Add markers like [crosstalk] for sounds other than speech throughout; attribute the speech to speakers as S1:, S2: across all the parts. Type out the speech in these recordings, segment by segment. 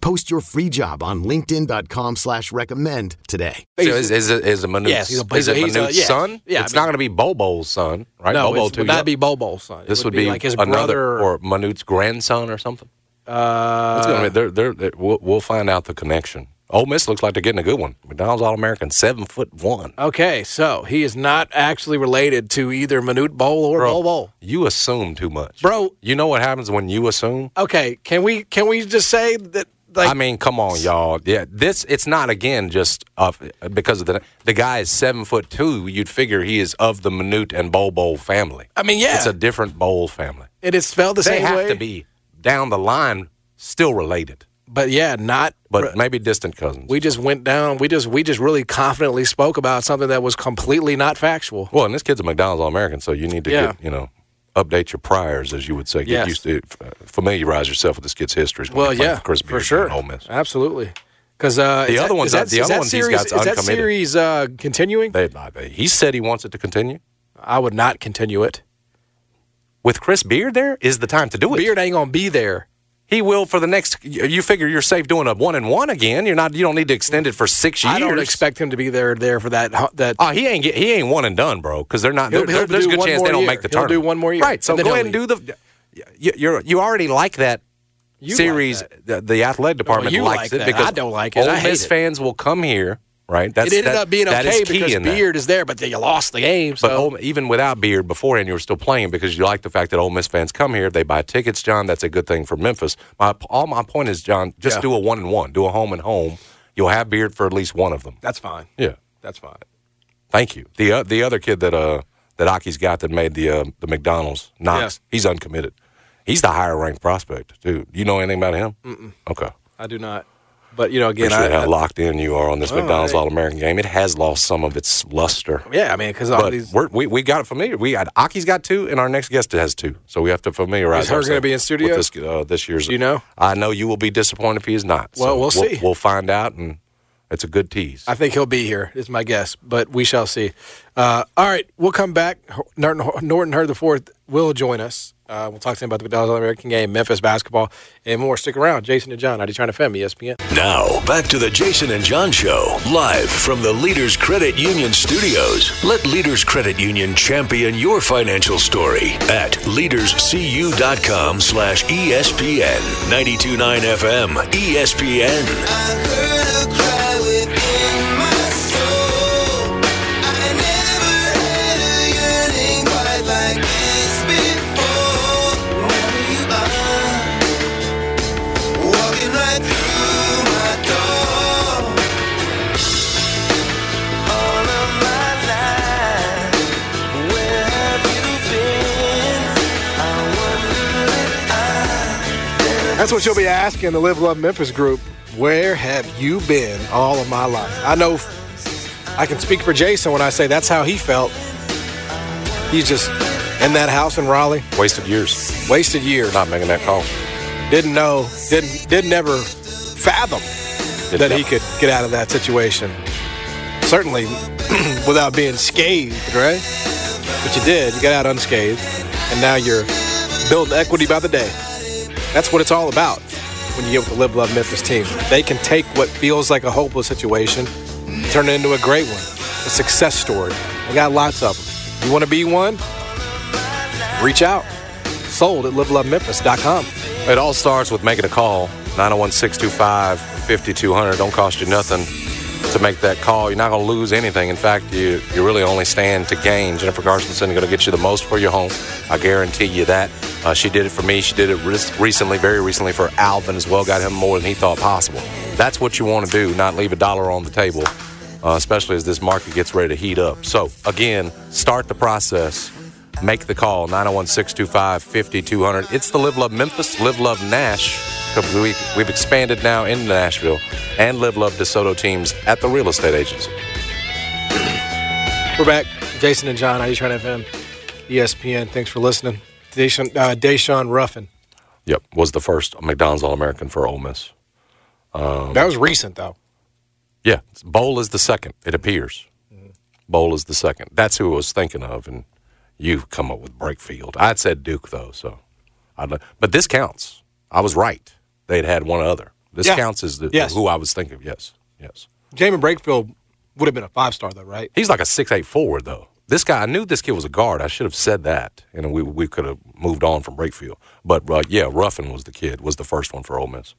S1: Post your free job on LinkedIn.com slash recommend today.
S2: So is, is it is it Manute's,
S3: Yes, he's a-
S2: is it
S3: he's a-
S2: Manute's
S3: yeah.
S2: son?
S3: Yeah,
S2: it's
S3: I mean-
S2: not going to be Bobo's son, right?
S3: No,
S2: Bobo
S3: it
S2: too
S3: would not
S2: young.
S3: be Bobo's son. It
S2: This would, be,
S3: like his
S2: another
S3: brother
S2: or Manute's grandson or something.
S3: uh,
S2: It's gonna be, they're, they're, they're- we'll, we'll find out the connection. Ole Miss looks like they're getting a good one. McDonald's All American, seven foot one.
S3: Okay, so he is not actually related to either Manute Bowl or
S2: Bro.
S3: Bowl Bowl.
S2: You assume too much,
S3: Bro.
S2: You know what happens when you assume?
S3: Okay, can we can we just say that like
S2: I mean, come on, y'all. Yeah, this it's not again just of, because of the the guy is seven foot two. You'd figure he is of the Minute and Bowl Bowl family.
S3: I mean, yeah.
S2: it's a different Bowl family.
S3: it is spelled the
S2: they
S3: same
S2: have
S3: way?
S2: to be down the line still related,
S3: But yeah, not
S2: but maybe distant cousins.
S3: we just went down. We just we just really confidently spoke about something that was completely not factual.
S2: well, and this kid's a McDonald's All American, so you need to
S3: Yeah.
S2: get you know update your priors, as you would say. Get
S3: Yes.
S2: used to uh, familiarize yourself with this kid's history. when
S3: Well,
S2: he played
S3: yeah,
S2: Chris
S3: for
S2: Beard
S3: sure,
S2: and Ole Miss.
S3: absolutely. Because uh,
S2: The
S3: is
S2: other
S3: that-
S2: one's
S3: is
S2: not-
S3: that-
S2: the
S3: is
S2: other
S3: that
S2: one's he's
S3: series-
S2: got
S3: is that
S2: uncommitted.
S3: series uh, continuing?
S2: They, they, he said he wants it to continue.
S3: I would not continue it.
S2: With Chris Beard, there is the time to do it.
S3: Beard ain't gonna be there.
S2: He will for the next. You you figure you're safe doing a one and one again. You're not. You don't need to extend it for six years.
S3: I don't expect him to be there there for that hu- that
S2: Oh, he ain't get, he ain't one and done, bro. Because they're not.
S3: He'll-
S2: there-
S3: he'll
S2: there's a
S3: do
S2: good
S3: one
S2: chance
S3: more
S2: they don't
S3: year.
S2: make the
S3: He'll
S2: tournament.
S3: do one more year,
S2: right? So
S3: and then
S2: go
S3: he'll
S2: ahead and do the. You, you're you already like that
S3: You like
S2: series.
S3: that.
S2: The, the athletic department
S3: you
S2: likes
S3: like
S2: it
S3: that.
S2: because
S3: I don't like it.
S2: Ole
S3: I hate
S2: Miss
S3: it.
S2: fans will come here, right? That's,
S3: it ended
S2: that-
S3: up being
S2: that is
S3: okay
S2: key
S3: because
S2: in that.
S3: Beard is there, but then you lost the game. So
S2: But Ole- even without Beard, beforehand you were still playing because you like the fact that Ole Miss fans come here. They buy tickets, John. That's a good thing for Memphis. My all my point is, John, just
S3: Yeah.
S2: do a one and one, do a home and home. You'll have Beard for at least one of them.
S3: that's fine.
S2: Yeah,
S3: That's fine.
S2: thank you. the uh, The other kid that uh that Aki's got that made the uh, the McDonald's Knox, he's uncommitted. He's the higher ranked prospect too. You know anything about him? Mm-mm. Okay.
S3: I do not. But you know, again,
S2: Appreciate
S3: I, Oh,
S2: how locked in you are on this McDonald's
S3: hey.
S2: All American game. It has lost some of its luster.
S3: yeah, I mean, because all
S2: But
S3: these
S2: we're, we we got it familiar. We got Aki's got two, and our next guest has two. So we have to familiarize.
S3: Is her gonna
S2: ourselves
S3: be in studio?
S2: with this, uh, this year's?
S3: Do you know?
S2: I know you will be disappointed if he is not.
S3: Well, we'll see.
S2: We'll find out, and it's a good tease.
S3: I think he'll be here, is my guess, but we shall see. Uh, all right, we'll come back. Norton, Norton Heard the Fourth will join us. Uh, we'll talk to him about the McDonald's All-American game, Memphis basketball, and more. Stick around. Jason and John, I trying to E FM, ESPN.
S4: Now, back to the Jason and John Show, live from the Leaders Credit Union studios. Let Leaders Credit Union champion your financial story at leaderscu.com slash E ESPN. 92.9 FM, ESPN.
S3: That's what you'll be asking the Live Love Memphis group. Where have you been all of my life? I know I can speak for Jason when I say that's how he felt. He's just in that house in Raleigh,
S2: Wasted years
S3: wasted years.
S2: not making that call.
S3: Didn't know, didn't didn't ever fathom that he could get out of that situation. Certainly [clears throat] without being scathed, right? But you did. You got out unscathed. And now you're building equity by the day. That's what it's all about when you get with the Live Love Memphis team. They can take what feels like a hopeless situation, turn it into a great one, a success story. They got lots of them. You want to be one? Reach out. Sold at livelovememphis.com.
S2: It all oh starts with making a call. 901-625-5200. Don't cost you nothing. to make that call. You're not going to lose anything. In fact, you you really only stand to gain. Jennifer Garsonson is going to get you the most for your home. I guarantee you that. Uh, she did it for me. She did it re- recently, very recently for Alvin as well. Got him more than he thought possible. That's what you want to do. Not leave a dollar on the table, uh, especially as this market gets ready to heat up. So again, start the process. Make the call 901 625 5200. It's the Live Love Memphis, Live Love Nash. We, we've expanded now into Nashville and Live Love DeSoto teams at the real estate agency.
S3: We're back. Jason and John, I trying to FM, E ESPN. Thanks for listening. Deshaun, uh, Deshaun Ruffin.
S2: Yep, was the first McDonald's All American for Ole Miss.
S3: Um, that was recent, though.
S2: Yeah, Bowl is the second, it appears. Mm-hmm. Bowl is the second. That's who I was thinking of. And you come up with Breakfield. I'd said Duke though, so I'd. But this counts. I was right. They'd had one other. This yeah. counts as the, yes. who I was thinking. Of. Yes, yes.
S3: Jamin Breakfield would have been a five star though, right?
S2: He's like a six eight forward though. This guy, I knew this kid was a guard. I should have said that, and we we could have moved on from Breakfield. But uh, yeah, Ruffin was the kid, was the first one for Ole Miss.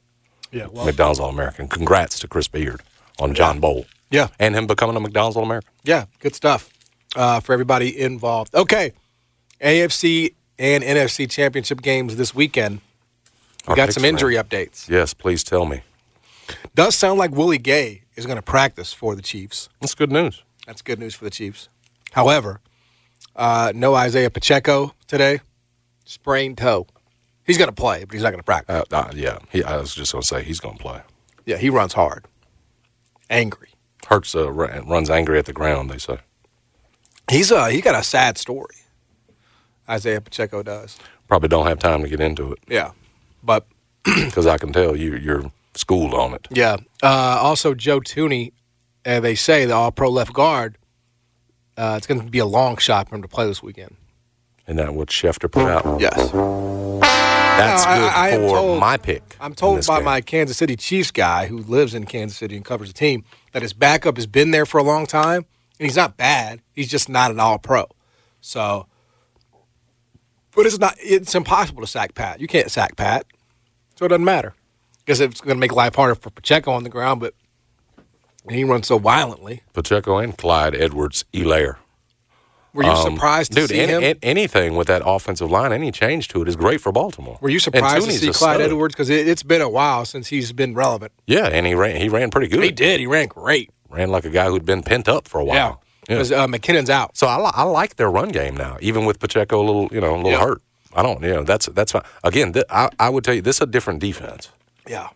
S3: Yeah, well,
S2: McDonald's All American. Congrats to Chris Beard on John yeah. Bowl.
S3: Yeah,
S2: and him becoming a McDonald's All American.
S3: Yeah, good stuff. Uh, for everybody involved. Okay, AFC and NFC championship games this weekend. We Our got picks, some injury man. updates.
S2: Yes, please tell me.
S3: Does sound like Willie Gay is going to practice for the Chiefs.
S2: That's good news.
S3: That's good news for the Chiefs. However, uh, no Isaiah Pacheco today. Sprained toe. He's going to play, but he's not going to practice.
S2: Uh, uh, yeah, he, I was just going to say he's going to play.
S3: Yeah, he runs hard, angry.
S2: Hurts r- uh, runs angry at the ground. They say.
S3: He's uh he got a sad story. Isaiah Pacheco does.
S2: Probably don't have time to get into it. [clears throat]
S3: Yeah, but
S2: because I can tell you you're schooled on it.
S3: Yeah. Uh, also, Joe Tooney, uh, they say the All Pro left guard. Uh, it's going to be a long shot for him to play this weekend.
S2: And that what Schefter put out.
S3: Yes.
S2: That's no, good I, I for told, my pick.
S3: I'm told by game. my Kansas City Chiefs guy who lives in Kansas City and covers the team that his backup has been there for a long time and he's not bad. He's just not an all pro. So, but it's not. It's impossible to sack Pat. You can't sack Pat, so it doesn't matter. Because it's going to make life harder for Pacheco on the ground, but he runs so violently.
S2: Pacheco and Clyde Edwards Elair.
S3: Were you um, surprised
S2: dude,
S3: any,
S2: any, anything with that offensive line, any change to it is great for Baltimore.
S3: Were you surprised to see Clyde Edwards? Because it, has been a while since he's been relevant.
S2: Yeah, and he ran. He ran pretty good.
S3: He did. He ran great
S2: ran like a guy who'd been pent up for a while.
S3: Yeah, because yeah. uh, McKinnon's out.
S2: So I, li- I, like their run game now, even with Pacheco a little, you know, a little yeah. hurt. I don't, you know, that's that's fine. Again, th- I, I would tell you this is a different defense.
S3: Yeah.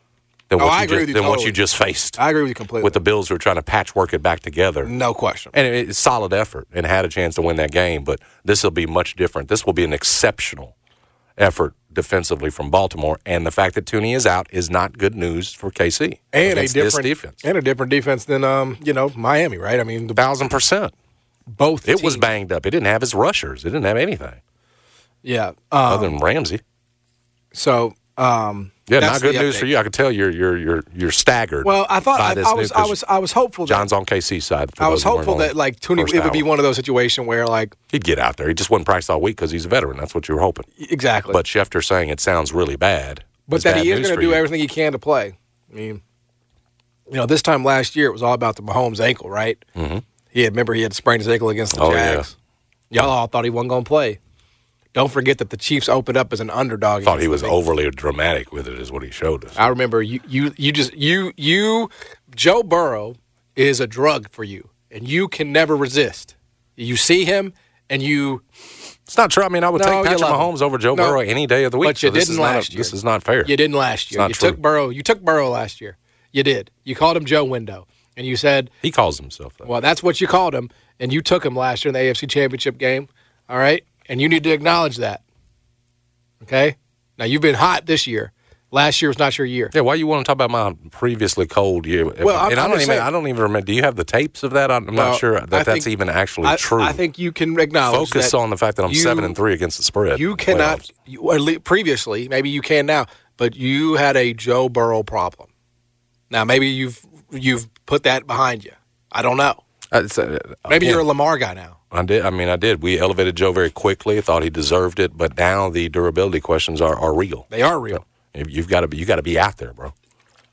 S2: Than, oh, what, you just, than totally. what you just faced.
S3: I agree Mm. with you completely.
S2: With the Bills who are trying to patchwork it back together.
S3: No question.
S2: And it, it's solid effort and had a chance to win that game, but this will be much different. This will be an exceptional effort defensively from Baltimore, and the fact that Tooney is out is not good news for
S3: KC and a different
S2: defense
S3: and a different defense than um you know Miami, right? I mean,
S2: the, thousand percent.
S3: Both
S2: it
S3: teams.
S2: was banged up. It didn't have his rushers. It didn't have anything.
S3: Yeah, um,
S2: other than Ramsey.
S3: So. Um,
S2: yeah, not good news update. for you. I can tell you're you're you're you're staggered.
S3: Well, I thought I, I, was I was I was hopeful.
S2: John's that, on KC side.
S3: I was hopeful that like Tooney, it would hour. be one of those situations where like
S2: he'd get out there. He just wouldn't practice all week because he's a veteran. That's what you were hoping.
S3: Exactly.
S2: But Schefter saying it sounds really bad.
S3: But it's that bad he is going to do you. everything he can to play. I mean, you know, this time last year it was all about the Mahomes ankle, right?
S2: Mm-hmm.
S3: He had remember he had sprained his ankle against the oh, Jags. Yeah. Y'all all thought he wasn't going to play. Don't forget that the Chiefs opened up as an underdog.
S2: I thought he was overly dramatic with it, is what he showed us.
S3: I remember you, you, you just you, you, Joe Burrow is a drug for you, and you can never resist. You see him, and you.
S2: It's not true. I mean, I would no, take Patrick Mahomes him. over Joe no, Burrow any day of the week.
S3: But you so didn't last
S2: a,
S3: year.
S2: This is not fair.
S3: You didn't last year. you
S2: true.
S3: took Burrow. You took Burrow last year. You did. You called him Joe Window, and you said
S2: he calls himself. That.
S3: Well, that's what you called him, and you took him last year in the AFC Championship game. All right and you need to acknowledge that. Okay? Now you've been hot this year. Last year was not your year.
S2: Yeah, why you want to talk about my previously cold year?
S3: Well, I'm,
S2: and I
S3: I'm
S2: don't even
S3: saying,
S2: I don't even remember. Do you have the tapes of that? I'm, I'm well, not sure that
S3: think,
S2: that's even actually
S3: I,
S2: true.
S3: I think you can acknowledge.
S2: Focus on the fact that I'm
S3: you,
S2: seven and three against the spread.
S3: You cannot you, previously, maybe you can now, but you had a Joe Burrow problem. Now maybe you've you've put that behind you. I don't know.
S2: Uh, uh,
S3: maybe yeah. you're a Lamar guy now.
S2: I did. I mean, I did. We elevated Joe very quickly. Thought he deserved it, but now the durability questions are, are real.
S3: They are real.
S2: So you've got to be you got to be out there, bro.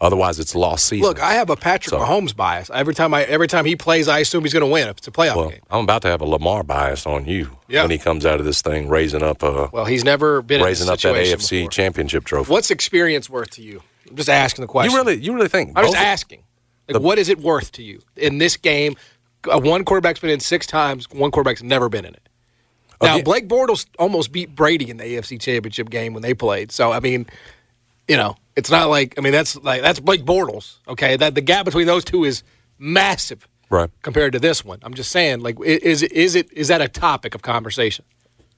S2: Otherwise, it's lost season.
S3: Look, I have a Patrick
S2: So-
S3: Mahomes bias. Every time I every time he plays, I assume he's going to win if it's a playoff
S2: well,
S3: game.
S2: I'm about to have a Lamar bias on you
S3: Yeah.
S2: when he comes out of this thing, raising up uh,
S3: Well, he's never been
S2: raising
S3: in
S2: up
S3: this
S2: that
S3: situation
S2: AFC
S3: before.
S2: Championship trophy.
S3: What's experience worth to you? I'm just asking the question.
S2: You really, you really think?
S3: I'm
S2: both
S3: just
S2: of-
S3: asking. Like, what is it worth to you in this game? Uh, One quarterback's been in six times. One quarterback's never been in it. Now,
S2: Okay.
S3: Blake Bortles almost beat Brady in the AFC Championship game when they played. So, I mean, you know, it's not like I mean that's like that's Blake Bortles. Okay, that the gap between those two is massive,
S2: Right.
S3: Compared to this one, I'm just saying, like, i- is is it is that a topic of conversation?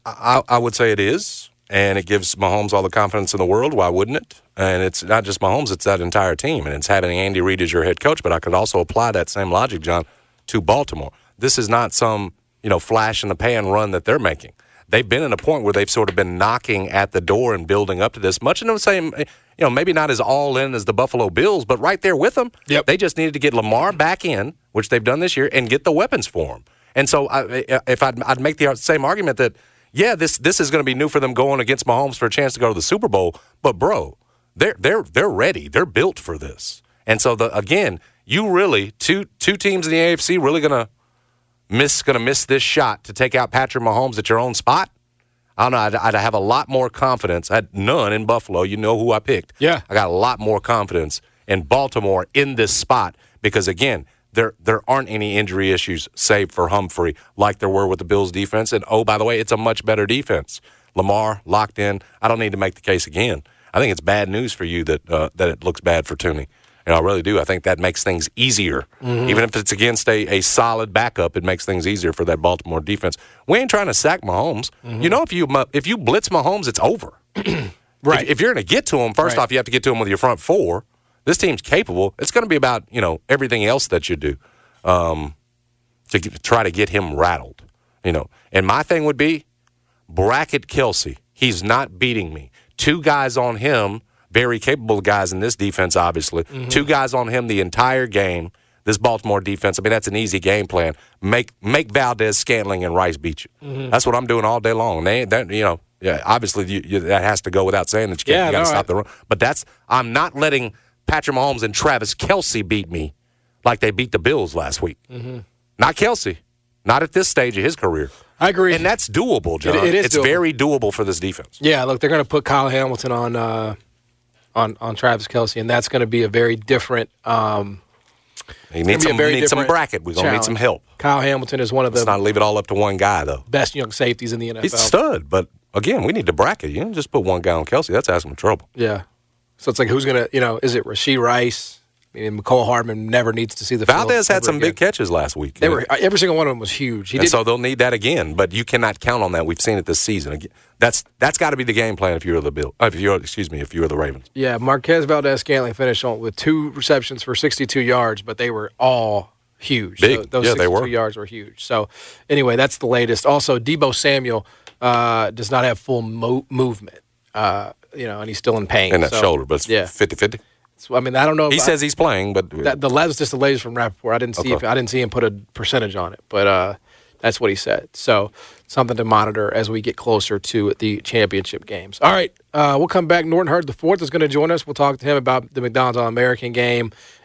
S2: I, I would say it is, and it gives Mahomes all the confidence in the world. Why wouldn't it? And it's not just Mahomes; it's that entire team, and it's having Andy Reid as your head coach. But I could also apply that same logic, John, to Baltimore. This is not some you know flash in the pan run that they're making. They've been in a point where they've sort of been knocking at the door and building up to this. Much in the same, you know, maybe not as all in as the Buffalo Bills, but right there with them.
S3: Yep.
S2: They just needed to get Lamar back in, which they've done this year, and get the weapons for him. And so, I, I- if I'd, I'd make the same argument that, yeah, this this is going to be new for them going against Mahomes for a chance to go to the Super Bowl. But bro, they're they're they're ready. They're built for this. And so, the again, you really two two teams in the AFC really going to miss going to miss this shot to take out Patrick Mahomes at your own spot. I don't know. I'd, I'd have a lot more confidence. I had none in Buffalo. You know who I picked.
S3: Yeah.
S2: I got a lot more confidence in Baltimore in this spot because again, there there aren't any injury issues save for Humphrey like there were with the Bills defense. And oh, by the way, it's a much better defense. Lamar locked in. I don't need to make the case again. I think it's bad news for you that uh, that it looks bad for Tooney. And I really do. I think that makes things easier. Even if it's against a, a solid backup, it makes things easier for that Baltimore defense. We ain't trying to sack Mahomes. You know, if you mu- if you blitz Mahomes, it's over. If, if you're going to get to them, first
S3: Right.
S2: off, you have to get to them with your front four. This team's capable. It's going to be about you know everything else that you do um, to get, try to get him rattled. You know, and my thing would be bracket Kelsey. He's not beating me. Two guys on him, very capable guys in this defense, obviously.
S3: Mm-hmm.
S2: Two guys on him the entire game. This Baltimore defense, I mean, that's an easy game plan. Make make Valdez, Scantling, and Rice beat you.
S3: Mm-hmm.
S2: That's what I'm doing all day long. They, they you know, yeah, obviously you, you, that has to go without saying that you can't.
S3: Yeah,
S2: you got to
S3: no,
S2: stop
S3: I-
S2: the run. But that's I'm not letting Patrick Mahomes and Travis Kelsey beat me like they beat the Bills last week. Not Kelsey. Not at this stage of his career.
S3: I agree.
S2: And that's doable, John.
S3: it is
S2: it's
S3: doable.
S2: very doable for this defense.
S3: Yeah, look, they're going to put Kyle Hamilton on uh, on on Travis Kelsey, and that's going to be a very different. Um,
S2: He needs
S3: be a
S2: some,
S3: very
S2: need some
S3: different
S2: bracket. We're going to need
S3: challenge.
S2: some help.
S3: Kyle Hamilton is one of the
S2: Let's not leave it all up to one guy, though.
S3: best young safeties in the NFL.
S2: He's a stud, but again, we need to bracket. You don't just put one guy on Kelsey. That's asking for trouble.
S3: Yeah, so it's like who's going to you know is it Rasheed Rice? I mean, McCole Hardman never needs to see the field
S2: Valdez
S3: ever
S2: had some
S3: again.
S2: big catches last week.
S3: They were uh, every single one of them was huge. He
S2: and
S3: did.
S2: so they'll need that again, but you cannot count on that. We've seen it this season. Again, That's that's got to be the game plan if you're the Bill. uh, If you're excuse me, if you're the Ravens.
S3: yeah, Marquez Valdez Scantling finished on with two receptions for 62 yards, but they were all huge.
S2: Big.
S3: Tho- those
S2: Yeah, they
S3: 62
S2: were.
S3: yards were huge. So anyway, that's the latest. Also, Debo Samuel uh, does not have full mo- movement. Uh, you know, and he's still in pain.
S2: And that
S3: So,
S2: shoulder, but it's
S3: yeah.
S2: 50-50.
S3: So, I mean, I don't know.
S2: He
S3: if I-
S2: says he's playing, but
S3: that the that was just the latest from Rappaport. I didn't see if, I didn't see him put a percentage on it, but uh, that's what he said. So something to monitor as we get closer to the championship games. All right, uh, we'll come back. Norton Hurd the fourth is going to join us. We'll talk to him about the McDonald's All American game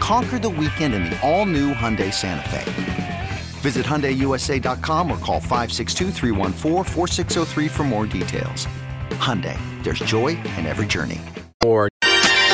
S1: Conquer the weekend in the all-new Hyundai Santa Fe. Visit HyundaiUSA.com or call 562-314-4603 for more details. Hyundai, there's joy in every journey.
S5: Or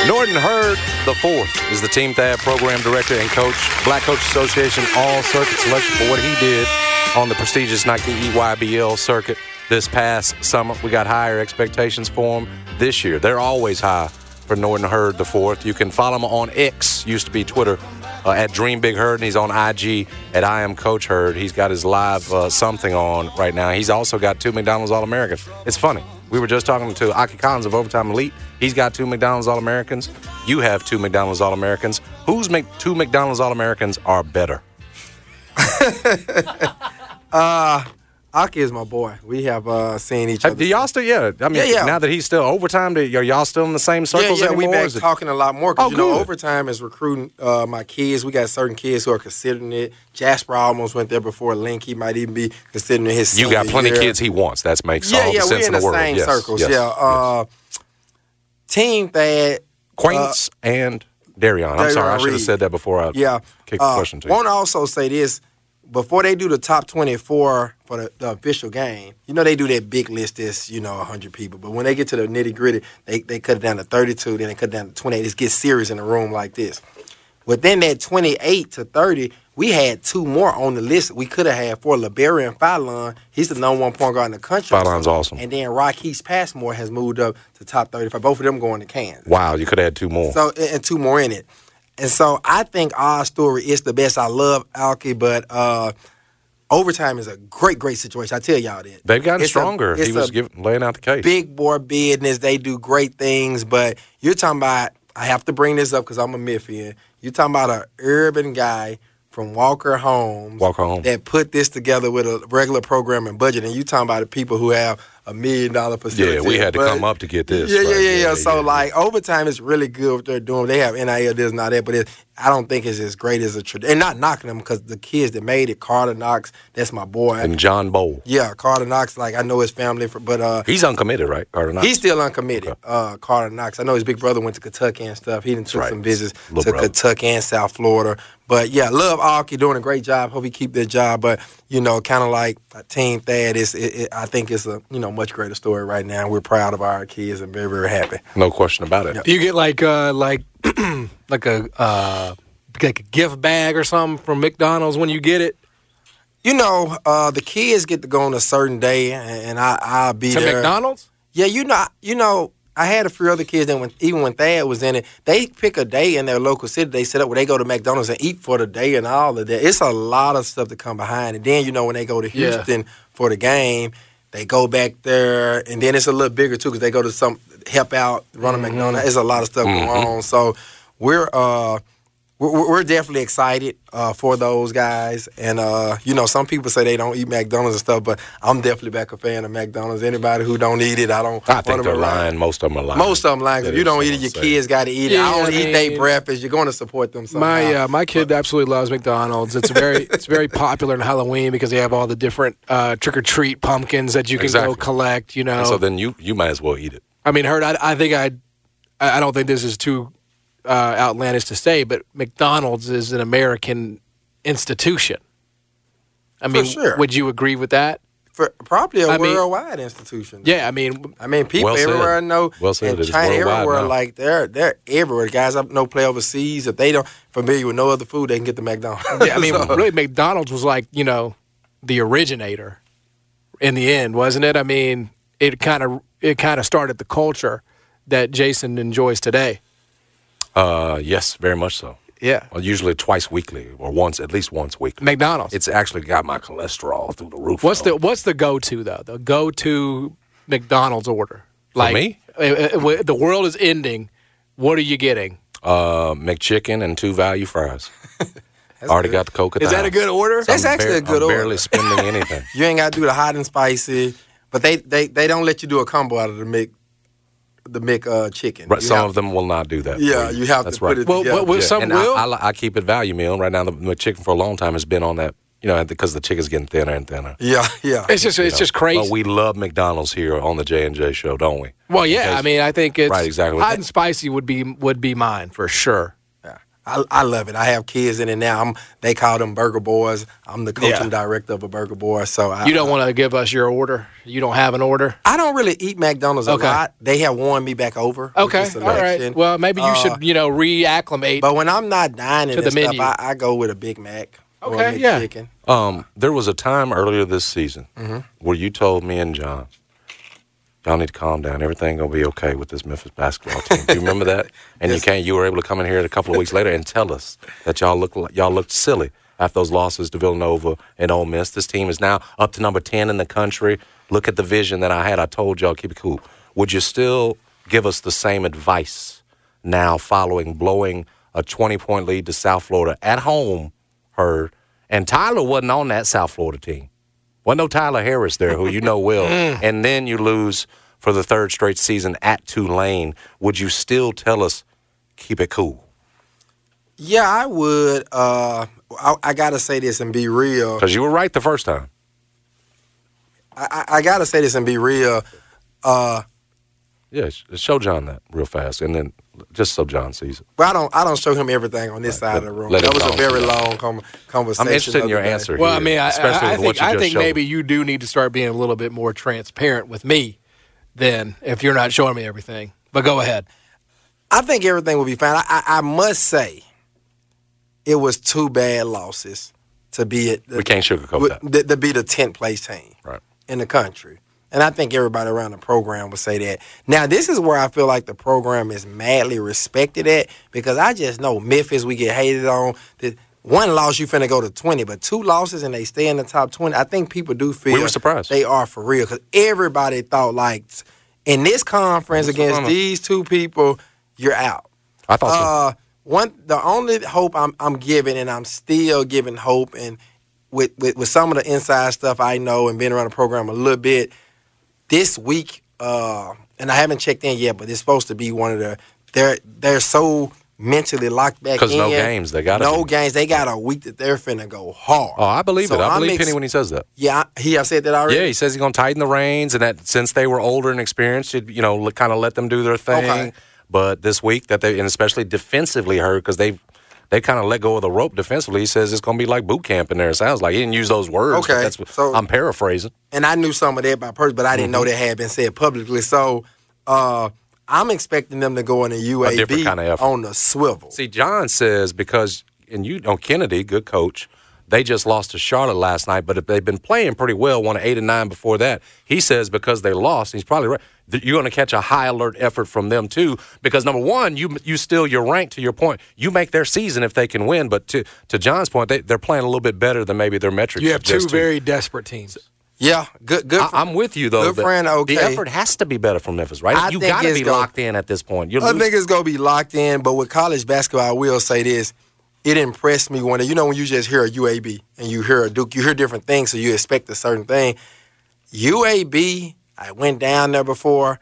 S2: Norton Hurd the fourth is the team Thad program director and coach, Black Coach Association All Circuit Selection for what he did on the prestigious Nike E EYBL circuit this past summer. We got higher expectations for him this year. They're always high for Norton Hurd the fourth. You can follow him on X, used to be Twitter, uh, at Dream Big Hurd, and he's on IG at I Am Coach Hurd. He's got his live uh, something on right now. He's also got two McDonald's All Americans. It's funny. We were just talking to Aki Collins of Overtime Elite. He's got two McDonald's All Americans. You have two McDonald's All Americans. Whose Mc- two McDonald's All Americans are better?
S5: Aki is my boy. We have uh, seen each
S2: Uh,
S5: other.
S2: Do y'all still? Yeah, I mean,
S5: Yeah, yeah.
S2: now that he's still overtime, do, are y'all still in the same
S5: yeah,
S2: circles
S5: yeah, we
S2: anymore?
S5: back
S2: Is it-
S5: talking a lot more because
S2: Oh,
S5: you know
S2: good.
S5: overtime is recruiting uh, my kids. We got certain kids who are considering it. Jasper almost went there before Link. He might even be considering his.
S2: you got
S5: senior
S2: plenty of
S5: year.
S2: kids he wants. That makes
S5: yeah,
S2: all
S5: yeah,
S2: the sense
S5: we're in the,
S2: world.
S5: same
S2: Yes,
S5: circles.
S2: yes,
S5: yeah,
S2: yes.
S5: Uh, Team Thad.
S2: Quaints and Darion. I'm sorry, I
S5: Uh, Darion
S2: should have
S5: Reed.
S2: said that before I
S5: Yeah, uh,
S2: kicked the question to you.
S5: Want to also say this before they do the top twenty-four for the, the official game. You know they do that big list that's you know hundred people, but when they get to the nitty gritty, they they cut it down to thirty-two, then they cut it down to twenty-eight. It gets serious in a room like this. Within that twenty-eight to thirty, we had two more on the list. We could have had for LeBerry and Fallon. He's the number one point guard in the country.
S2: Fallon's awesome.
S5: And then Rockies Passmore has moved up to top thirty-five. Both of them going to Kansas.
S2: wow, you could have had two more.
S5: So and and two more in it. And so I think our story is the best. I love Alki, but uh, overtime is a great, great situation. I tell y'all that
S2: They've gotten
S5: It's a-
S2: stronger. he
S5: it's
S2: was
S5: a
S2: giving, laying out the case.
S5: big boy business. They do great things, but you're talking about. I have to bring this up because I'm a Memphian. You're talking about an urban guy from Walker Homes
S2: Walker Homes.
S5: that put this together with a regular program and budget. And you talking about the people who have a million dollar facility.
S2: Yeah, we had to
S5: But-
S2: come up to get this,
S5: Yeah, yeah,
S2: right?
S5: yeah,
S2: Yeah,
S5: yeah.
S2: yeah,
S5: So
S2: yeah.
S5: like overtime is really good what they're doing. They have NIL this and all that, but it, I don't think it's as great as a trad- and not knocking them because the kids that made it, Carter Knox, that's my boy.
S2: and John Bowl.
S5: yeah, Carter Knox. Like I know his family, for, but uh,
S2: He's uncommitted, right? Carter Knox.
S5: He's still uncommitted,
S2: Uh-huh. Okay.
S5: uh, Carter Knox. I know his big brother went to Kentucky and stuff. He done took
S2: right.
S5: some visits
S2: Little
S5: to
S2: brother.
S5: Kentucky and South Florida. But yeah, love Aki doing a great job. Hope he keep that job. But you know, kind of like Team Thad is. It, it, I think it's a you know much greater story right now. We're proud of our kids and very very happy.
S2: no question about it.
S3: Do you get like uh like [clears throat] like a uh like a gift bag or something from McDonald's when you get it?
S5: You know, uh, the kids get to go on a certain day, and, and I I'll be
S3: To
S5: there.
S3: McDonald's?
S5: Yeah, you know, you know, I had a few other kids that when even when Thad was in it, they pick a day in their local city. They set up where they go to McDonald's and eat for the day and all of that. It's a lot of stuff to come behind. And then you know when they go to
S3: Yeah.
S5: Houston for the game, they go back there, and then it's a little bigger too because they go to some help out run a McDonald's. It's a lot of stuff going on. So we're. uh we're- we're, we're definitely excited uh, for those guys, and uh, you know, some people say they don't eat McDonald's and stuff, but I'm definitely back a fan of McDonald's. Anybody who don't eat it, I don't.
S2: I
S5: want
S2: think
S5: 'em
S2: they're
S5: to lie.
S2: lying. Most of them are lying.
S5: Most of them like
S2: That
S5: if you
S2: is
S5: don't
S2: what
S5: eat it,
S2: I'm
S5: your
S2: saying.
S5: kids got to eat it.
S3: Yeah,
S5: I don't
S3: I
S5: eat they
S3: mean-
S5: breakfast. You're going to support them somehow.
S3: My uh, my kid absolutely loves McDonald's. It's
S5: [laughs]
S3: very it's very popular in Halloween because they have all the different uh, trick or treat pumpkins that you can
S2: Exactly.
S3: go collect. You know,
S2: And so then you you might as well eat it.
S3: I mean, heard. I, I think I I I don't think this is too uh, outlandish to say, but McDonald's is an American institution. I mean,
S5: sure.
S3: would you agree with that?
S5: for probably a
S3: I mean-
S5: worldwide institution.
S3: Yeah, I mean,
S5: I mean, people
S2: Well said.
S5: everywhere I know,
S2: Well said.
S5: and
S2: It is
S5: China
S2: worldwide
S5: everywhere,
S2: now.
S5: like they're they're everywhere. Guys, I know play overseas. If they don't familiar with no other food, they can get the McDonald's.
S3: yeah, I mean, really, McDonald's was like you know the originator in the end, wasn't it? I mean, it kind of it kind of started the culture that Jason enjoys today.
S2: Uh, yes, very much so.
S3: Yeah,
S2: Well, usually twice weekly or once at least once weekly.
S3: McDonald's.
S2: It's actually got my cholesterol through the roof.
S3: what's
S2: though.
S3: the what's the go to though? The go to McDonald's order.
S2: me?
S3: uh, uh, uh, the world is ending. What are you getting?
S2: uh, McChicken and two value fries? Already got the coke. at
S3: Is
S2: the
S3: that a
S2: house.
S3: good order?
S2: So
S5: That's
S2: I'm
S5: actually a good
S2: I'm
S5: order.
S2: Barely spending anything.
S5: You ain't got to do the hot and spicy, but they, they they don't let you do a combo out of the Mc the uh, McChicken.
S2: Right, some of them will not do that. for
S5: Yeah, you have
S2: That's
S5: to
S2: right.
S5: put it
S3: Well,
S5: together.
S3: well, well, some
S2: and
S3: will.
S2: I, I, li- I keep it value meal. Right now, the McChicken for a long time has been on that, you know, because the chicken's getting thinner and thinner.
S5: yeah, yeah.
S3: it's just it's just crazy.
S2: But we love McDonald's here on the J and J show, don't we?
S3: well, yeah, I mean, I think it's
S2: Right, exactly.
S3: Hot and spicy would be would be mine for sure.
S5: I, I love it. I have kids in it now. I'm, they call them burger boys. I'm the coaching
S3: Yeah.
S5: director of a burger boy. So
S2: Uh,
S5: I,
S3: You don't want to give us your order. You don't have an order.
S5: I don't really eat McDonald's a
S3: Okay.
S5: lot. They have won me back over. with
S3: Okay,
S5: this
S3: all right.
S5: election.
S3: Well, maybe you
S5: Uh,
S3: should you know reacclimate.
S5: But when I'm not dining
S3: To the
S5: and stuff,
S3: menu.
S5: I, I go with a Big Mac. or a
S3: Okay, yeah.
S5: McChicken.
S2: Um, there was a time earlier this season where you told me and John, y'all need to calm down. Everything gonna be okay with this Memphis basketball team. Do you remember that? And you came. You were able to come in here a couple of weeks later and tell us that y'all look like- y'all looked silly after those losses to Villanova and Ole Miss. This team is now up to number ten in the country. Look at the vision that I had. I told y'all keep it cool. Would you still give us the same advice now, following blowing a twenty-point lead to South Florida at home? Heard and Tyler wasn't on that South Florida team. Well, no Tyler Harris there, who you know [laughs] well. and then you lose for the third straight season at Tulane. Would you still tell us, keep it cool?
S5: Yeah, I would. Uh, I, I got to say this and be real.
S2: Because you were right the first time.
S5: I, I, I got to say this and be real.
S2: Yeah, sh- show John that real fast, and then just so John sees it.
S5: But I don't. I don't show him everything on this side of the room.
S2: let
S5: That
S2: him
S5: was a
S2: talk.
S5: very long com- conversation.
S2: I'm interested
S5: the
S2: in your
S5: other day.
S2: answer.
S3: Well,
S2: here,
S3: I mean, I,
S2: especially
S3: I, I
S2: with what
S3: think,
S2: you
S3: I
S2: just
S3: think
S2: showed.
S3: maybe you do need to start being a little bit more transparent with me than if you're not showing me everything. But go ahead.
S5: I think everything will be fine. I, I, I must say, it was two bad losses to be at. The,
S2: We can't sugarcoat
S5: with-
S2: that.
S5: th- To be the tenth place team
S2: Right.
S5: in the country, and I think everybody around the program would say that. Now, this is where I feel like the program is madly respected at because I just know Memphis we get hated on. That one loss you finna go to twenty, but two losses and they stay in the top twenty. I think people do feel
S2: were surprised.
S5: they are for real because everybody thought like in this conference against
S2: Carolina.
S5: these two people, you're out.
S2: I thought so.
S5: Uh, one the only hope I'm I'm giving, and I'm still giving hope, and with, with with some of the inside stuff I know and being around the program a little bit this week, uh, and I haven't checked in yet, but it's supposed to be one of the they're they're so mentally locked back in
S2: 'Cause no games, they gotta
S5: no
S2: be.
S5: games they got a week that they're finna go hard.
S2: Oh, I believe
S5: So
S2: it. I
S5: I'm
S2: believe
S5: ex-
S2: Penny when he says that.
S5: yeah I- he I said that already.
S2: Yeah, he says he's gonna tighten the reins, and that since they were older and experienced, you'd, you know, kind of let them do their thing.
S5: Okay.
S2: But this week, that they and especially defensively hurt because they they kind of let go of the rope defensively. He says it's gonna be like boot camp in there. It sounds like he didn't use those words. but
S5: Okay,
S2: that's what-
S5: so-
S2: I'm paraphrasing.
S5: and I knew some of that by person, but I didn't know
S2: Mm-hmm.
S5: that had been said publicly. So uh, I'm expecting them to go in a UAB
S2: different kind of effort.
S5: on the swivel.
S2: See, John says because and you know Kennedy, good coach. They just lost to Charlotte last night, but if they've been playing pretty well, won eight and nine before that. He says because they lost, he's probably right. That you're going to catch a high alert effort from them too, because number one, you you still your rank to your point. You make their season if they can win, but to to John's point, they, they're playing a little bit better than maybe their metrics.
S3: You have two
S2: suggest to you.
S3: very desperate teams.
S5: yeah, good, good.
S2: I, am with you though.
S5: Good
S2: that
S5: friend, okay.
S2: The effort has to be better from Memphis, right?
S5: I
S2: you
S5: think
S2: got to
S5: it's
S2: be
S5: gonna-
S2: locked in at this point. You're
S5: I
S2: losing-
S5: think it's gonna be locked in, but with college basketball, I will say this: it impressed me when you know when you just hear a UAB and you hear a Duke, you hear different things, so you expect a certain thing. UAB, I went down there before.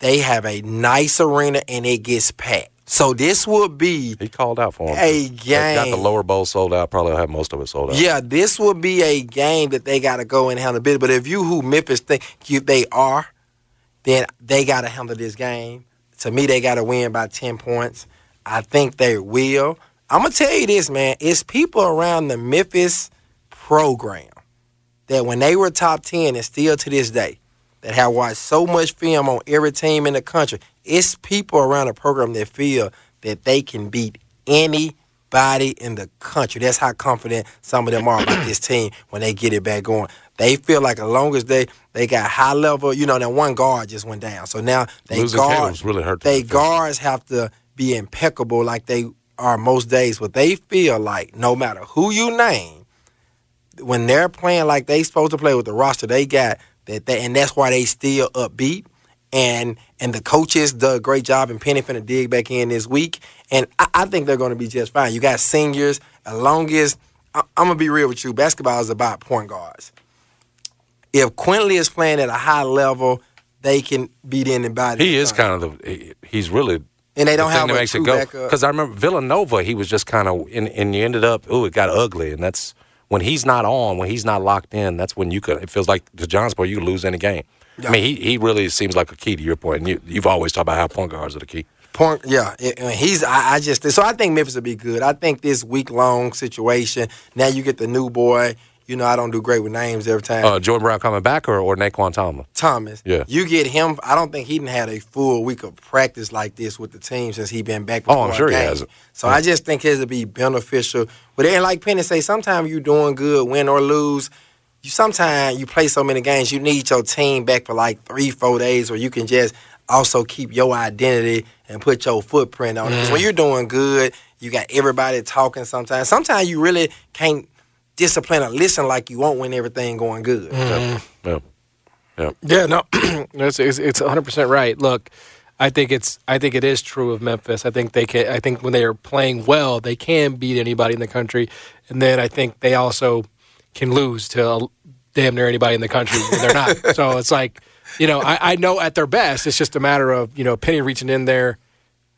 S5: They have a nice arena and it gets packed. So this will be
S2: he called out for him. They
S5: a
S2: Got the
S5: game.
S2: lower bowl sold out. Probably have most of it sold out.
S5: Yeah, this will be a game that they got to go and handle business. But if you who Memphis think you, they are, then they got to handle this game. To me, they got to win by ten points. I think they will. I'm gonna tell you this, man. It's people around the Memphis program that when they were top ten and still to this day that have watched so much film on every team in the country. It's people around the program that feel that they can beat anybody in the country. That's how confident some of them are about this team when they get it back going. They feel like as long as they they got high level, you know, that one guard just went down. So now they
S2: Losing
S5: guards
S2: Caleb's really hurt them
S5: They
S2: defensively.
S5: guards have to be impeccable like they are most days, but they feel like no matter who you name, when they're playing like they supposed to play with the roster they got that they, and that's why they still upbeat and and the coaches did a great job and Penny finna dig back in this week and I, I think they're gonna be just fine. You got seniors, as long as I, I'm gonna be real with you, basketball is about point guards. If Quinley is playing at a high level, they can beat anybody.
S2: He is kind of the. he- He's really.
S5: And they don't
S2: the thing
S5: have
S2: that
S5: a
S2: makes it
S5: true
S2: go
S5: backup.
S2: because I remember Villanova. He was just kind of and, and you ended up. Ooh, it got ugly, and that's when he's not on, when he's not locked in. That's when you could. It feels like to John's point, you could lose any game. I mean, he, he really seems like a key to your point. And you you've always talked about how point guards are the key.
S5: Point, yeah, it- I mean, he's. I, I just so I think Memphis will be good. I think this week long situation. Now you get the new boy. You know I don't do great with names every time.
S2: Uh, Jordan Brown coming back or or Naquan Tomlin.
S5: Thomas.
S2: Yeah.
S5: You get him. I don't think he didn't had a full week of practice like this with the team since he been back.
S2: Oh, I'm
S5: before a
S2: sure he
S5: game.
S2: hasn't.
S5: So I just think it'll be beneficial. But and like Penny say, sometimes you doing good, win or lose. You sometimes you play so many games, you need your team back for like three, four days, where you can just also keep your identity and put your footprint on it.
S2: Mm.
S5: 'Cause when you're doing good, you got everybody talking. Sometimes, sometimes you really can't discipline or listen like you want when everything going good.
S2: Mm.
S5: [laughs]
S2: Yeah. Yeah.
S3: Yeah, no, [clears throat] it's, it's it's 100% right. Look, I think it's I think it is true of Memphis. I think they can. I think when they are playing well, they can beat anybody in the country, and then I think they also can lose to damn near anybody in the country when they're not. so it's like, you know, I, I know at their best, it's just a matter of you know Penny reaching in there,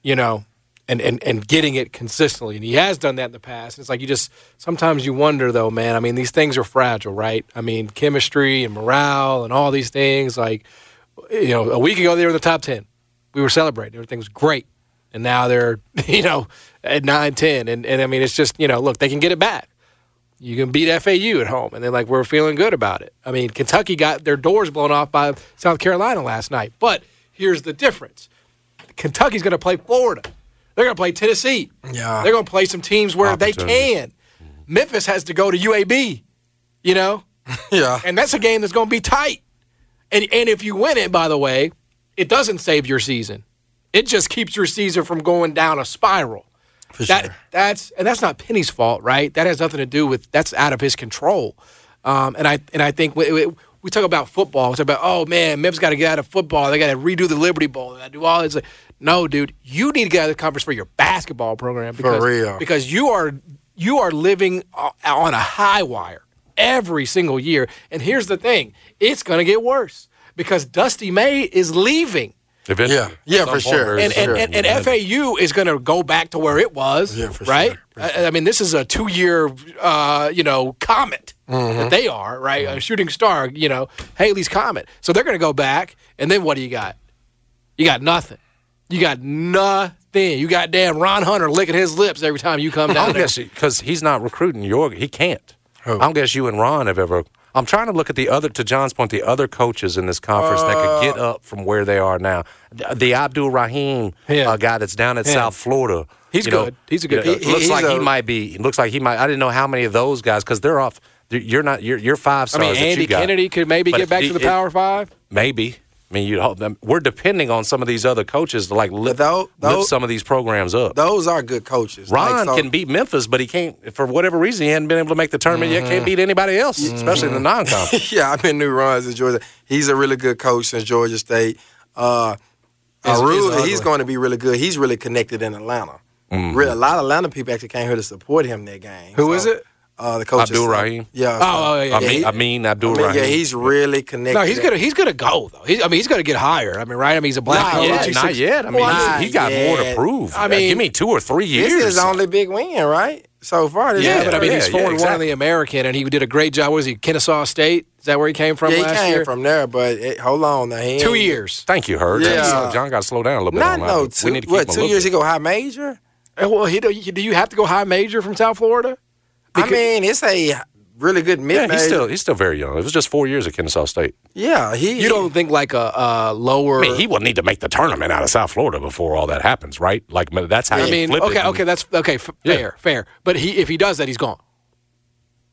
S3: you know. And, and, and getting it consistently. And he has done that in the past. It's like you just sometimes you wonder though, man. I mean, these things are fragile, right? I mean, chemistry and morale and all these things. Like, you know, a week ago they were in the top ten. We were celebrating. Everything was great. And now they're, [laughs] you know, at 9 10. And, and I mean, it's just, you know, look, they can get it back. You can beat FAU at home. And they're like, we're feeling good about it. I mean, Kentucky got their doors blown off by South Carolina last night. But here's the difference Kentucky's going to play Florida. They're going to play Tennessee.
S5: Yeah.
S3: They're going to play some teams where they can. Memphis has to go to UAB, you know?
S5: Yeah.
S3: And that's a game that's going to be tight. And and if you win it, by the way, it doesn't save your season. It just keeps your season from going down a spiral. For
S5: sure.
S3: That's and that's not Penny's fault, right? That has nothing to do with that's out of his control. Um, and I and I think we, we, we talk about football. We talk about oh man, Memphis got to get out of football. They got to redo the Liberty Bowl. They got to do all this. No, dude, you need to get out of the conference for your basketball program because
S5: real.
S3: because you are you are living o- on a high wire every single year. And here's the thing: it's going to get worse because Dusty May is leaving,
S2: Eventually.
S5: Yeah. Yeah, for sure.
S3: and and, and, and FAU is going to go back to where it was,
S5: Yeah, for
S3: right?
S5: sure, for
S3: I, I mean, this is a two-year, uh, you know, comet that they are, right? A shooting star, you know, Haley's comet. So they're going to go back, and then what do you got? You got nothing. You got nothing. You got damn Ron Hunter licking his lips every time you come
S2: I
S3: down
S2: don't
S3: there.
S2: guess because he's not recruiting your. He can't. I don't guess you and Ron have ever. I'm trying to look at the other. To John's point, the other coaches in this conference that could get
S3: Uh.
S2: up from where they are now. The, the Abdul Rahim
S3: Yeah.
S2: uh, guy that's down at South Florida.
S3: He's
S2: you know,
S3: good. He's a good
S2: you know,
S3: coach.
S5: He-
S2: looks
S5: he's
S2: like he
S5: a-
S2: might be. Looks like he might. I didn't know how many of those guys because they're off. they're- You're not. You're, you're five
S3: I
S2: stars.
S3: mean,
S2: that you
S3: Andy
S2: got.
S3: Kennedy could maybe
S2: But
S3: get back
S2: it-
S3: to the
S2: it-
S3: Power Five.
S2: Maybe. I mean, you'd hope them. We're depending on some of these other coaches to like lift,
S5: Those-
S2: lift
S5: those-
S2: some of these programs up.
S5: Those are good coaches. Like,
S2: Ron
S5: so-
S2: can beat Memphis, but he can't for whatever reason he hadn't been able to make the tournament yet. Can't beat anybody else, especially in the
S5: [laughs]
S2: non-conference.
S5: [laughs] yeah, I've been new Ron's in Georgia. He's a really good coach since Georgia State. Uh,
S3: He's-
S5: Aru,
S3: he's
S5: he's,
S3: ugly.
S5: going to be really good. He's really connected in Atlanta. Real, a lot of Atlanta people actually came here to support him in that game.
S3: Who is it?
S5: Uh, the coach. is-
S2: Abdul Rahim.
S5: Yeah.
S3: Oh, oh, yeah.
S2: I mean,
S5: he-
S2: I mean Abdul
S5: I mean,
S2: Rahim.
S5: yeah, he's really connected.
S3: No, he's gonna he's gonna go though. He's, I mean, he's gonna get higher. I mean, right? I mean, he's a black
S2: not
S3: coach.
S2: yet.
S3: He's
S2: Not
S3: six-
S2: yet. I mean,
S5: Well,
S2: he- he got
S5: not
S2: more to
S5: yet.
S2: prove.
S3: I mean,
S2: give me two or three years.
S5: This is his only big win, right? So far, this
S3: Oh, Yeah,
S5: year.
S3: but I mean,
S2: Yeah,
S3: he's
S2: yeah,
S3: four and one in
S2: exactly.
S3: the American, and he did a great job. What is he? Kennesaw State? Is that where he came from
S5: Yeah, he
S3: last
S5: came
S3: year?
S5: from there, but it, hold on, now, he
S3: Two
S5: ain't-
S3: years.
S2: Thank you, Hurd.
S5: Yeah.
S2: That's- John got to slow down a little bit. on
S5: Not
S2: that.
S5: no
S2: We
S5: two.
S2: need to keep him
S5: What
S2: a
S5: two
S2: little
S5: years
S2: bit.
S5: ago? High major.
S3: Uh, Well, he, do you- do you have to go high major from South Florida?
S5: I mean, it's a really good mid
S2: Yeah, he's still he's still very young. It was just four years at Kennesaw State.
S5: Yeah, he.
S3: You don't think like a, a lower?
S2: I mean, he will need to make the tournament out of South Florida before all that happens, right? Like that's how.
S3: I
S2: you
S3: mean,
S2: flip it
S3: okay,
S2: and-
S3: okay, that's okay. F-
S2: Yeah.
S3: Fair, fair. But he, if he does that, he's gone.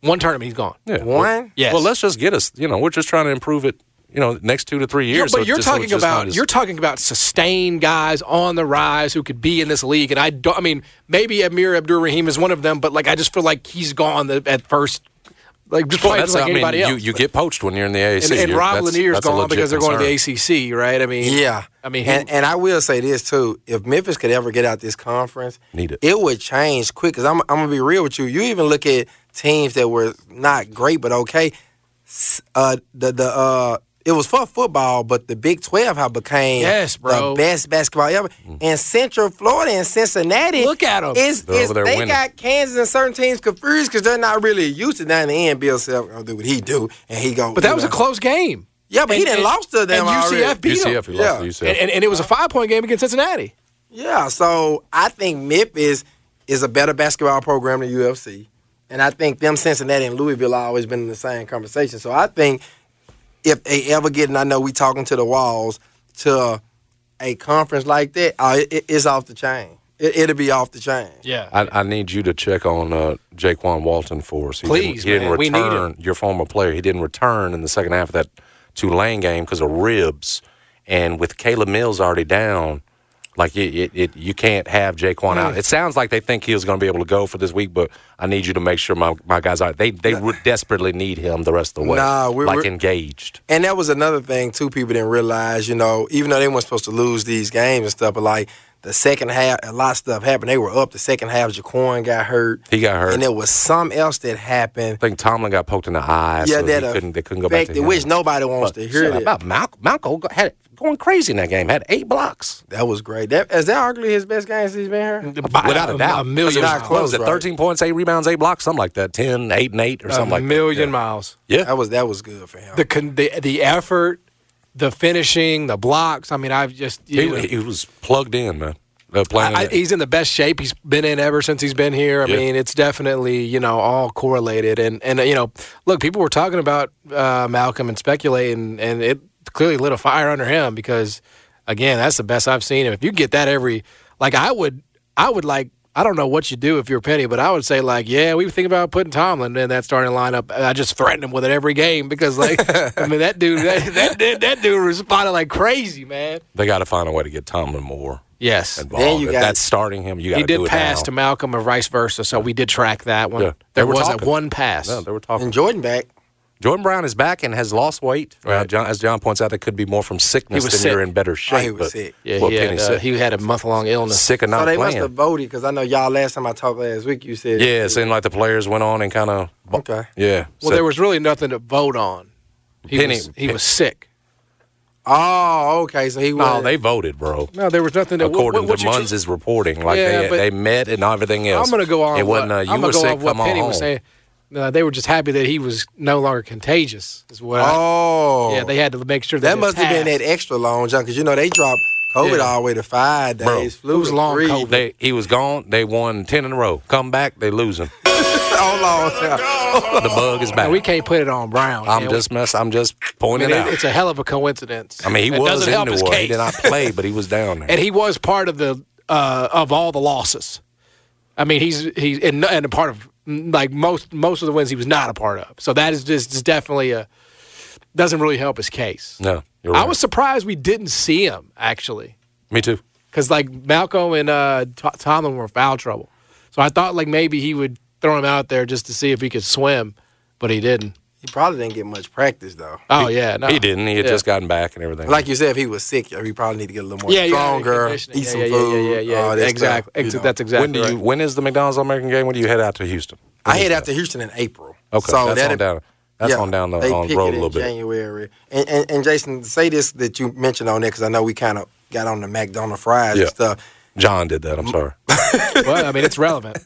S3: One tournament, he's gone.
S2: Yeah.
S5: One?
S3: Yes.
S2: Well, let's just get us. You know, we're just trying to improve it. You know, next two to three
S3: Yeah,
S2: years.
S3: but
S2: so
S3: you're
S2: just so it's
S3: talking
S2: just not
S3: about
S2: as-
S3: you're talking about sustained guys on the rise who could be in this league, and I don't. I mean, maybe Amir Abdul Rahim is one of them, but like I just feel like he's gone the, at first. Like just
S2: [laughs] Well,
S3: playing
S2: that's
S3: like
S2: I mean,
S3: anybody
S2: you,
S3: else.
S2: you get poached when you're in the AAC.
S3: and, and
S2: You're-
S3: Rob
S2: that's-
S3: Lanier's
S2: that's a
S3: gone
S2: legit
S3: because they're going
S2: concern.
S3: to the ACC, right? I mean,
S5: Yeah.
S3: I mean, he-
S5: and, and I will say this too: if Memphis could ever get out this conference,
S2: Need it.
S5: it would change quick. Because I'm, I'm gonna be real with you. You even look at teams that were not great but okay. S- Uh, the the uh, it was for football, but the Big Twelve have became
S3: Yes, bro.
S5: the best basketball ever.
S2: Mm.
S5: And Central Florida and Cincinnati,
S3: Look at 'em.
S5: It's,
S2: They're over
S5: it's-
S2: there
S5: they
S2: winning.
S5: got Kansas and certain teams confused because they're not really used to that. In the end, Bill Self gonna do what he do, and he go.
S3: But that was a
S5: you know.
S3: close game.
S5: Yeah, but he
S3: And-
S5: didn't
S3: and-
S5: lost to them
S3: And UCF
S5: already.
S3: beat 'em.
S2: UCF, he lost
S5: Yeah.
S2: to UCF.
S3: And, and, and it was a five point game against Cincinnati.
S5: Yeah, so I think Memphis is a better basketball program than UFC. And I think them Cincinnati and Louisville have always been in the same conversation. So I think if they ever get, and I know we talking to the walls, to a conference like that, uh, it- it- it's off the chain. It, it'll be off the chain.
S3: Yeah.
S2: I, I need you to check on uh, Jaquan Walton for us. He didn't, he
S3: Please,
S2: didn't
S3: man, we need
S2: return.
S3: him.
S2: Your former player, he didn't return in the second half of that Tulane game because of ribs, and with Caleb Mills already down, like it, it, it you can't have Jaquan
S3: Hmm.
S2: out. It sounds like they think he was going to be able to go for this week, but I need you to make sure my, my guys are. They they re- desperately need him the rest of the way.
S5: Nah, we're-
S2: like
S5: we're-
S2: engaged.
S5: And that was another thing too. People didn't realize, you know, even though they weren't supposed to lose these games and stuff, but like the second half, a lot of stuff happened. They were up. The second half, Jaquan got hurt.
S2: He got hurt.
S5: and there was something else that happened.
S2: I think Tomlin got poked in the eye. so he
S5: that
S2: couldn't. They couldn't go back to
S5: affected,
S2: him.
S5: which nobody wants
S2: But
S5: to hear.
S2: shit,
S5: That.
S2: about Malcolm. Malcolm had going crazy in that game. Had eight blocks.
S5: that was great. That is that arguably his best game since he's been here.
S2: Without a doubt.
S3: A million
S5: Not
S3: miles.
S5: close.
S2: What was it?
S5: right?
S2: 13 points, 8 rebounds, 8 blocks, something like that. 10, 8, and 8 or something
S3: a
S2: like
S3: million
S2: that.
S3: miles.
S2: Yeah. yeah.
S5: That was that was good for him.
S3: The, con- the the effort, the finishing, the blocks. I mean, I've just you know,
S2: He, he was plugged in, man. Uh, playing
S3: I, I,
S2: it.
S3: he's in the best shape he's been in ever since he's been here. I
S2: Yeah.
S3: mean, it's definitely you know all correlated, and and uh, you know, look, people were talking about uh, Malcolm and speculating, and it clearly lit a fire under him because, again, that's the best I've seen him. If you get that every, like I would, I would like. I don't know what you do if you're Penny, but I would say like, yeah, we think about putting Tomlin in that starting lineup. I just threaten him with it every game because like, I mean that dude, that, that dude- that dude responded like crazy, man.
S2: they got to find a way to get Tomlin more
S3: Yes,
S2: involved.
S5: Then you
S2: If
S5: gotta-
S2: that's starting him. You got
S3: he
S2: to do
S3: did
S2: it
S3: pass
S2: now.
S3: to Malcolm and vice versa, so we did track that one.
S2: Yeah. They
S3: There
S2: were
S3: wasn't
S2: talking.
S3: one pass.
S2: No, they were talking.
S5: and Jordan back.
S2: Jordan Brown is back and has lost weight. Uh,
S3: Right.
S2: John, as John points out, that could be more from sickness
S3: was
S2: than you're
S3: sick.
S2: in better shape.
S5: Oh, he was
S2: but-
S5: sick.
S3: yeah,
S2: well,
S3: he, had,
S2: Penny's
S3: uh,
S2: sick.
S3: he had a month long illness.
S2: sick and not
S5: so they must
S2: playing.
S5: have voted because I know y'all last time I talked last week you said
S2: yeah, it seemed like the players went on and kind of.
S5: Okay.
S2: Yeah.
S3: Well, there was really nothing to vote on. He
S2: Penny-
S3: was, he was sick.
S5: Oh, okay. So he
S2: No,
S5: was.
S2: they voted, bro.
S3: No, there was nothing. That,
S2: according
S3: what, what,
S2: to
S3: you
S2: Munz's reporting. Like
S3: Yeah,
S2: they
S3: but-
S2: they met and everything
S3: I'm
S2: else.
S3: going to go on.
S2: It wasn't.
S3: what-
S2: Uh, you
S3: I'm gonna
S2: were
S3: go
S2: sick.
S3: off what
S2: come on
S3: Penny
S2: home.
S3: was saying. No, they were just happy that he was no longer contagious. Is what. I-
S5: oh,
S3: yeah, they had to make sure that,
S5: that
S3: it
S5: must have been
S3: passed.
S5: that extra long jump because you know they dropped COVID
S3: Yeah.
S5: all the way to five
S2: Bro,
S5: days.
S3: it was
S5: to
S3: long
S5: three.
S3: COVID.
S2: They he was gone. They won ten in a row. Come back, they
S3: [laughs]
S2: losing.
S5: Oh,
S2: [laughs]
S5: long.
S2: the bug is back.
S3: And we can't put it on Brown.
S2: I'm
S3: man.
S2: just mess. I'm just
S3: I mean,
S2: pointing
S3: it-
S2: out.
S3: it's a hell of a coincidence.
S2: I mean, he
S3: That
S2: was
S3: doesn't
S2: in
S3: help
S2: New
S3: his
S2: Orleans. He
S3: case.
S2: did not play, but he was down there.
S3: and he was part of the uh, of all the losses. I mean, he's he's and, and a part of like most most of the wins he was not a part of. So that is just is definitely a doesn't really help his case.
S2: no, you're
S3: I
S2: right.
S3: was surprised we didn't see him actually,
S2: Me too.
S3: because like Malcolm and uh, T- Tomlin were in foul trouble. So I thought like maybe he would throw him out there just to see if he could swim, but he didn't.
S5: He probably didn't get much practice though.
S3: Oh yeah, no.
S2: He didn't. He had
S3: Yeah.
S2: just gotten back and everything.
S5: Like you said, if he was sick, he probably need to get a little more
S3: Yeah, yeah,
S5: stronger,
S3: conditioning.
S5: eat
S3: Yeah,
S5: some
S3: yeah, yeah,
S5: food.
S3: Yeah, yeah, yeah.
S5: all that
S3: exactly.
S5: stuff, you
S3: Ex-
S5: know.
S3: That's exactly.
S2: when do
S3: right.
S2: you? When is the McDonald's American game? When do you head out to Houston?
S5: I head out to Houston in April.
S2: Okay, that's on
S5: that'd-
S2: down. That's on down the
S5: they
S2: on
S5: pick
S2: road
S5: it
S2: a
S5: in
S2: little bit.
S5: January. And, and and Jason, say this that you mentioned on there because I know we kind of got on the McDonald's fries
S2: Yeah.
S5: and stuff.
S2: John did
S5: Mm-hmm.
S2: that. I'm sorry.
S3: well, I mean,
S2: [laughs]
S3: it's relevant.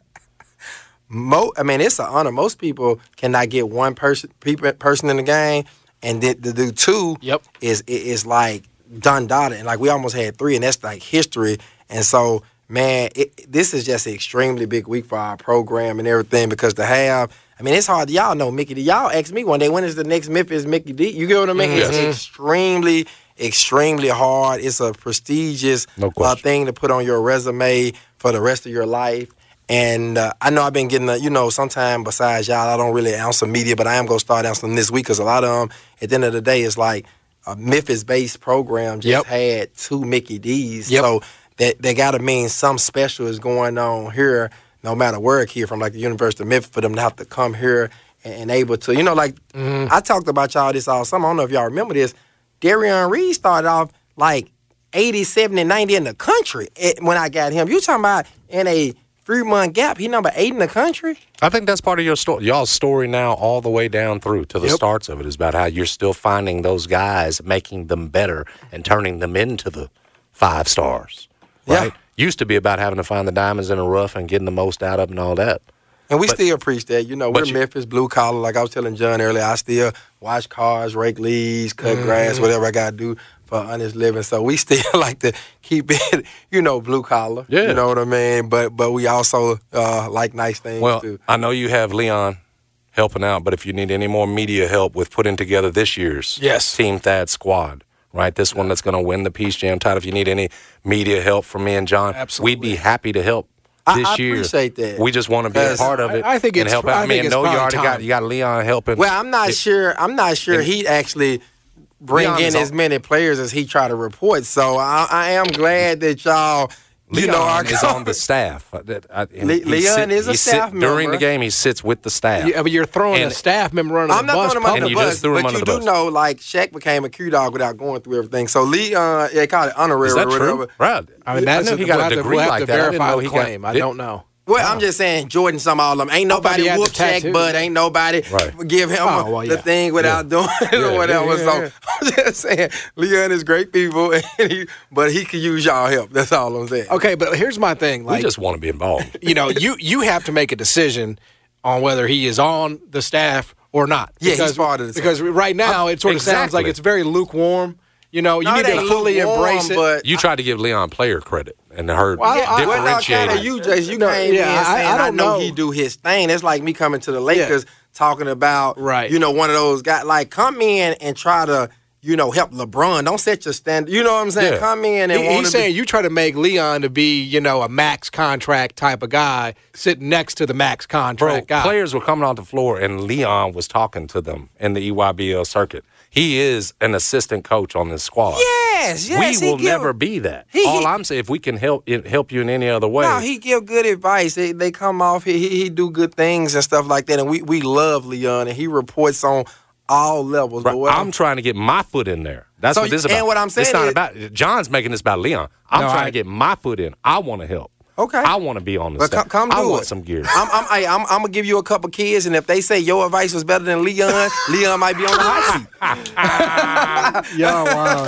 S5: Mo, I mean, it's an honor. Most people cannot get one person people, person in the game, and then to do two
S3: Yep.
S5: is i- is like done dotted, and like we almost had three, and that's like history. And so, man, it, this is just an extremely big week for our program and everything because to have. I mean, it's hard. Y'all know Mickey D. Y'all ask me one day when is the next Memphis Mickey D. You get what I mean? It's extremely, extremely hard. It's a prestigious
S2: No
S5: uh,
S2: question.
S5: thing to put on your resume for the rest of your life. And uh, I know I've been getting, a, you know, sometime besides y'all, I don't really answer media, but I am going to start answering this week because a lot of them, at the end of the day, it's like a Memphis based program
S3: Yep.
S5: just had two Mickey D's.
S3: Yep.
S5: So that they got to mean some special is going on here, no matter where it here from, like the University of Memphis, for them to have to come here and, and able to, you know, like I talked about y'all this all summer. I don't know if y'all remember this. Darian Reed started off like 80, 70, 90 in the country eh, when I got him. You talking about in a three month gap. He number eight in the country.
S2: I think that's part of your story. Y'all's story now, all the way down through to the
S5: Yep.
S2: starts of it, is about how you're still finding those guys, making them better, and turning them into the five stars.
S5: Yeah.
S2: Right? Used to be about having to find the diamonds in the rough and getting the most out of them and all that.
S5: And we
S2: But-
S5: still preach that. You know,
S2: but
S5: we're
S2: you-
S5: Memphis blue collar. Like I was telling John earlier, I still wash cars, rake leaves, cut grass, whatever I got to do for honest living. So we [laughs] still like to keep it, you know, blue collar.
S2: Yeah.
S5: You know what I mean? But but we also uh, like nice things
S2: Well,
S5: too.
S2: I know you have Leon helping out, but if you need any more media help with putting together this year's
S3: Yes.
S2: Team Thad squad, right? This one that's going to win the Peace Jam title. If you need any media help from me and John,
S3: Absolutely.
S2: we'd be happy to help.
S5: I-
S2: This
S5: I
S2: year,
S5: appreciate that.
S2: We just want to be a
S5: 'Cause
S2: part of it.
S3: I- I think
S2: and
S3: it's-
S2: help
S3: I
S2: out. me
S3: think
S2: and
S3: it's
S2: know you
S3: probably
S2: already
S3: time.
S2: got you got Leon helping.
S5: Well, I'm not sure. I'm not sure he actually bring
S2: Leon is
S5: in as
S2: on-
S5: many players as he try to report. So I, I am glad that y'all,
S2: Leon
S5: you know, are
S2: is
S3: [laughs]
S5: [laughs]
S2: on the staff. Uh, that- I- and
S5: Le-
S2: he
S5: Leon is a
S2: he
S5: staff
S2: during
S5: member.
S2: the game. He sits with the staff.
S3: Yeah, but you're throwing
S2: And-
S3: a staff member under
S5: I'm
S3: the
S5: not
S3: bus.
S5: throwing him under
S2: And
S5: the
S2: you
S5: bus,
S2: just threw him
S5: but
S2: under
S5: you
S2: the
S5: do
S2: bus.
S5: know, like Shaq became a Q dog without going through everything. So Leon, they call it honorary
S2: is that
S5: or
S2: true?
S5: whatever.
S2: Right.
S3: I mean, that's
S2: know
S3: a,
S2: he got
S3: we'll
S2: a
S3: have to,
S2: degree
S3: we'll have
S2: like
S3: to
S2: that. I didn't
S3: verify
S2: know
S3: the
S2: he got-
S3: claim. I
S2: did-
S3: don't know.
S5: Well, I'm just saying Jordan, some all them. Ain't
S3: thought he
S5: nobody
S3: had the
S5: whoop Shaq,
S3: tattoo.
S5: but ain't nobody
S2: Right.
S5: give him
S3: Oh, well,
S5: the
S3: yeah.
S5: thing without doing it or whatever. so [laughs] I'm just saying Leon is great people, [laughs] and he, but he could use y'all help. That's all I'm saying.
S3: Okay, but here's my thing.
S2: We
S3: Like,
S2: just want to be
S5: [laughs]
S2: involved.
S3: you know, you you have to make a decision on whether he is on the staff or not.
S5: Yeah, he's part of the staff.
S3: Because right now, it sort of sounds
S2: Exactly.
S3: like it's very lukewarm. You know, you
S5: No,
S3: need
S5: it
S3: to
S5: ain't
S3: fully
S5: lukewarm,
S3: embrace it.
S5: But
S2: You tried to give Leon player credit and her
S3: Well, I- I-
S2: differentiate.
S5: Well,
S2: it.
S5: you just you
S3: No,
S5: came
S3: yeah,
S5: in
S3: I-
S5: saying I,
S3: I don't
S5: know,
S3: know.
S5: he do his thing. It's like me coming to the Lakers talking about
S3: Right.
S5: You know, one of those guys like come in and try to you know help LeBron. Don't set your standard. You know what I'm saying?
S2: Yeah.
S5: Come in and
S3: He-
S5: want
S3: he's
S5: to.
S3: saying you try to make Leon to be, you know, a max contract type of guy sitting next to the max
S2: Bro,
S3: contract guy.
S2: players were coming off the floor, and Leon was talking to them in the E EYBL circuit. He is an assistant coach on this squad.
S5: yes, yes.
S2: we
S5: he
S2: will
S5: give-
S2: never be that.
S5: he-
S2: All
S5: he-
S2: I'm saying, if we can help it, help you in any other way,
S5: No, he give good advice. They, they come off. He, he he do good things and stuff like that. And we we love Leon, and he reports on all levels.
S2: Right,
S5: But what
S2: I'm trying to get my foot in there. That's
S5: So
S2: what this is
S5: you-
S2: about.
S5: and what I'm saying
S2: it's not
S5: is-
S2: about John's making this about Leon. I'm
S3: No,
S2: trying
S3: I-
S2: to get my foot in. I want to help.
S5: Okay.
S2: I want to be on the
S5: But
S2: staff.
S5: come, come
S2: I
S5: do
S2: want
S5: it.
S2: some gear.
S5: I'm, I'm, hey, I'm, I'm gonna give you a couple kids, and if they say your advice was better
S2: [laughs]
S5: than Leon, Leon might be on the hot seat.
S3: [laughs] yeah, [laughs] wow.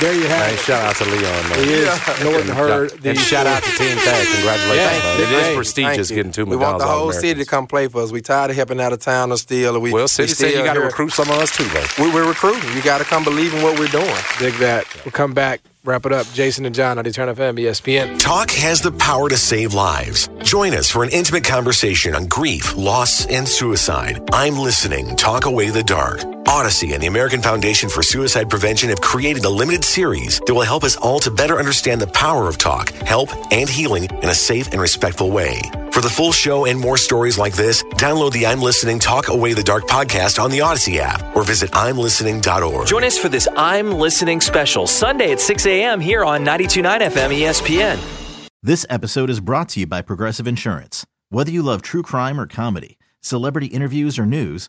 S3: there you have
S2: Man,
S3: it.
S2: shout out to Leon, man.
S3: Is Norton Hurd the
S2: And shout out to Team Tag. Congratulations,
S3: Yeah,
S2: man. It is
S3: hey,
S2: prestigious
S5: Thank you.
S2: getting two
S5: We want
S2: McDonald's
S5: the whole
S2: All-Americans.
S5: city to come play for us. We tired of helping out of town or steal. We
S2: Well, City
S5: we
S2: said you
S5: still
S2: got to
S5: here.
S2: recruit some of us too, though.
S5: We, we're recruiting. You got to come believe in what we're doing.
S3: Dig that. We'll come back, wrap it up. Jason and John on Eternal E FM, ESPN.
S4: Talk has the power to save lives. Join us for an intimate conversation on grief, loss, and suicide. I'm listening, Talk Away the Dark. Odyssey and the American Foundation for Suicide Prevention have created a limited series that will help us all to better understand the power of talk, help, and healing in a safe and respectful way. For the full show and more stories like this, download the I'm Listening Talk Away the Dark podcast on the Odyssey app or visit imlistening.org.
S6: Join us for this I'm Listening special Sunday at 6 a.m. here on 929 FM ESPN.
S7: This episode is brought to you by Progressive Insurance. Whether you love true crime or comedy, celebrity interviews or news,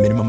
S8: Minimum